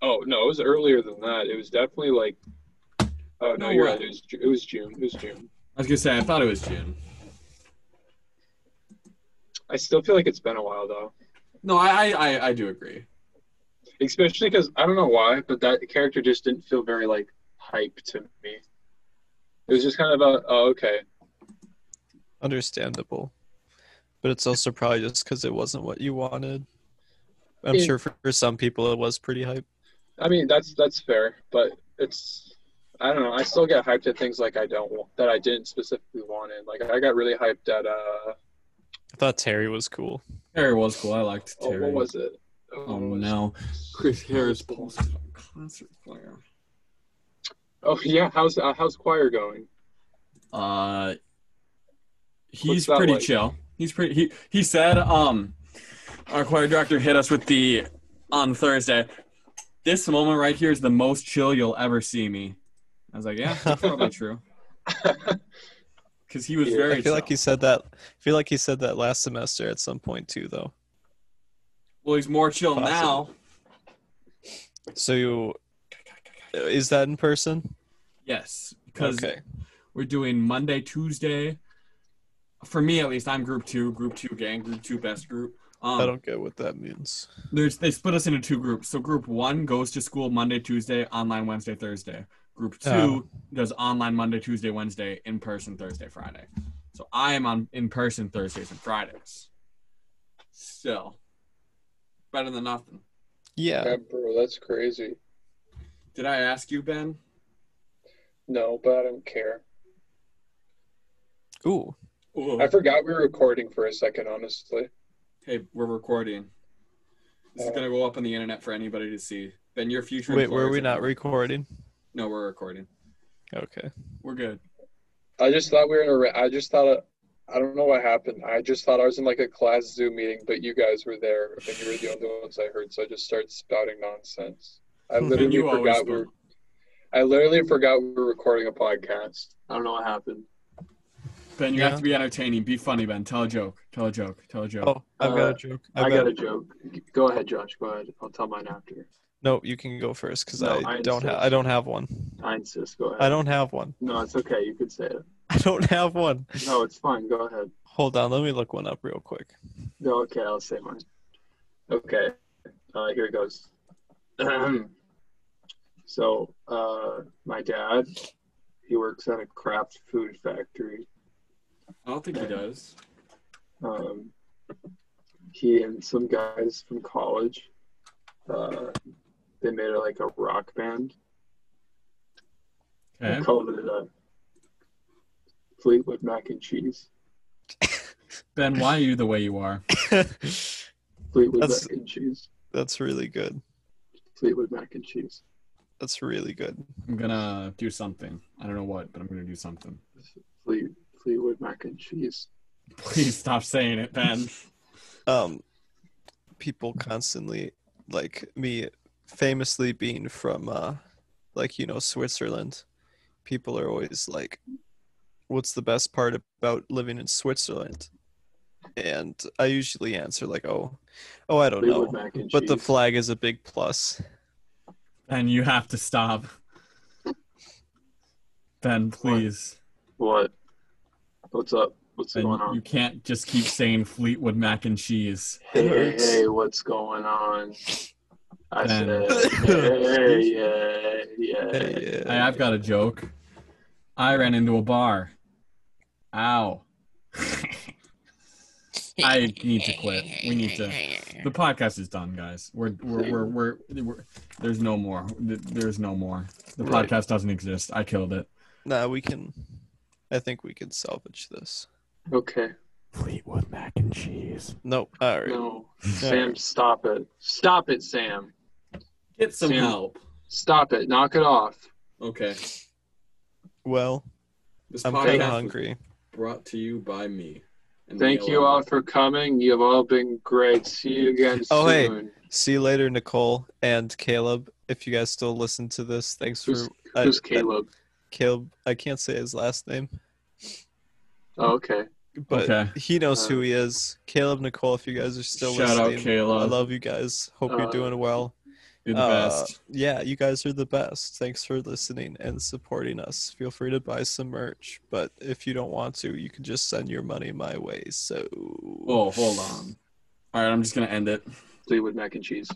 C: Oh no, it was earlier than that. It was definitely like. Oh no,
B: No
C: you're
B: way.
C: right. It was, Ju- it was June. It was June.
B: I was gonna say I thought it was June.
C: I still feel like it's been a while though,
B: No, I I, I, I do agree.
C: especially because I don't know why, but that character just didn't feel very like hype to me. It was just kind of a oh okay,
A: Understandable. But it's also probably just because it wasn't what you wanted. I'm
C: Yeah.
A: sure for, for some people it was pretty hype.
C: I mean, that's that's fair, but it's I don't know. I still get hyped at things like I don't wa- that I didn't specifically want in. Like I got really hyped at uh
A: I thought Terry was cool.
B: Terry was cool. I liked
C: oh,
B: Terry.
C: what was it?
B: Oh
C: what was-
B: no, Chris Harris posted a concert player.
C: Oh yeah, how's uh, how's choir going?
B: Uh, he's
C: What's that
B: pretty
C: like?
B: chill. He's pretty. He he said, um, our choir director hit us with the on Thursday. This moment right here is the most chill you'll ever see me. I was like, yeah, that's probably true. Because he was
C: Yeah,
B: very.
A: I feel like
B: chill.
A: he said that. I feel like he said that last semester at some point too, though.
B: Well, he's more chill
A: Possibly.
B: now.
A: So you is that in person?
B: Yes, because
A: Okay.
B: we're doing Monday, Tuesday. For me, at least, I'm group two, group two gang, group two best group. Um,
A: I don't get what that means.
B: There's they split us into two groups. So group one goes to school Monday, Tuesday, online Wednesday, Thursday. Group two
A: Oh.
B: does online Monday, Tuesday, Wednesday, in person Thursday, Friday. So I am on in person Thursdays and Fridays. Still better than nothing.
A: Yeah.
C: Yeah, bro, that's crazy.
B: Did I ask you, Ben?
C: No, but I don't care.
A: Ooh.
B: Ooh.
C: I forgot we were recording for a second, honestly.
B: Hey, we're recording. This is gonna go up on the internet for anybody to see. Ben, your future.
A: Wait, were we
B: employers-
A: not recording?
B: No, we're recording.
A: Okay.
B: We're good.
C: I just thought we were in a. ra- I just thought. uh, I don't know what happened. I just thought I was in like a class Zoom meeting, but you guys were there and you were the only ones I heard, so I just started spouting nonsense. I
B: Ben,
C: literally
B: Hmm. you always
C: forgot we
B: go.
C: were. I literally forgot we were recording a podcast. I don't know what happened.
B: Ben, you
A: Yeah.
B: have to be entertaining. Be funny, Ben. Tell a joke. Tell a joke. Tell a joke.
A: Oh, I've got
C: Uh,
A: a joke.
C: i
A: I've
C: got a joke. Go ahead, Josh. Go ahead. I'll tell mine after.
A: No, you can go first because
C: No,
A: I
C: I
A: don't. Ha-
C: insist.
A: I don't have one.
C: I insist. Go ahead.
A: I don't have one.
C: No, it's okay. You could say it.
A: I don't have one.
C: No, it's fine. Go ahead.
A: Hold on, let me look one up real quick.
C: No, okay, I'll say mine. Okay, uh, here it goes. so, uh, my dad, he works at a craft food factory.
B: I don't think he does.
C: Um, he and some guys from college, uh, they made a, like a rock band. They
B: Okay.
C: called it uh, Fleetwood Mac and Cheese.
B: Ben, why are you the way you are?
C: Fleetwood
A: That's-
C: Mac and Cheese.
A: That's really good.
C: Fleetwood Mac and Cheese.
A: That's really good.
B: I'm gonna do something. I don't know what, but I'm gonna do something.
C: Fleet, Fleetwood Mac and Cheese.
B: Please stop saying it, Ben.
A: Um, people constantly like me, famously being from uh, like you know Switzerland. People are always like, "What's the best part about living in Switzerland?" And I usually answer like, "Oh, oh, I don't
C: Fleetwood
A: know."
C: Mac and
A: But the
C: Cheese.
A: flag is a big plus.
B: Ben, you have to stop. Ben, please.
C: What? What's up? What's
B: Ben,
C: going on?
B: you can't just keep saying Fleetwood mac and cheese.
C: Hey,
A: It
C: hey,
A: hurts.
C: hey, what's going on? I
B: Ben.
C: said, hey, yeah, yeah.
A: Hey,
B: Hey, I've got a joke. I ran into a bar. Ow. I need to quit. We need to. The podcast is done, guys. We're we're we're, we're, we're there's no more. Th- There's no more. The
A: Right.
B: podcast doesn't exist. I killed it.
A: Nah, we can. I think we can salvage this.
C: Okay,
D: Fleetwood mac and cheese.
A: Nope. All right.
C: no. Sam, stop it. Stop it, Sam.
B: Get
C: some Sam.
B: help.
C: Stop it. Knock it off.
B: Okay.
A: Well,
B: This
A: I'm kind of hungry.
B: brought to you by me.
C: Thank you all for coming. You've all been great. See you again
A: Oh, hey.
C: soon.
A: See you later, Nicole and Caleb. If you guys still listen to this, thanks for
C: Who's,
A: I-
C: who's
A: I-
C: Caleb?
A: Caleb. I can't say his last name,
C: Oh, okay.
A: but
B: Okay.
A: he
C: Uh,
A: knows who he is. Caleb, Nicole. If you guys are still
B: Shout out,
A: listening,
B: Kayla.
A: I love you guys. Hope
C: Uh,
A: you're doing well.
B: You're the
A: Uh,
B: best.
A: Yeah, you guys are the best. Thanks for listening and supporting us. Feel free to buy some merch, but if you don't want to, you can just send your money my way. So.
B: Oh, hold on. All right, I'm just gonna end it.
C: Fleetwood Mac and Cheese.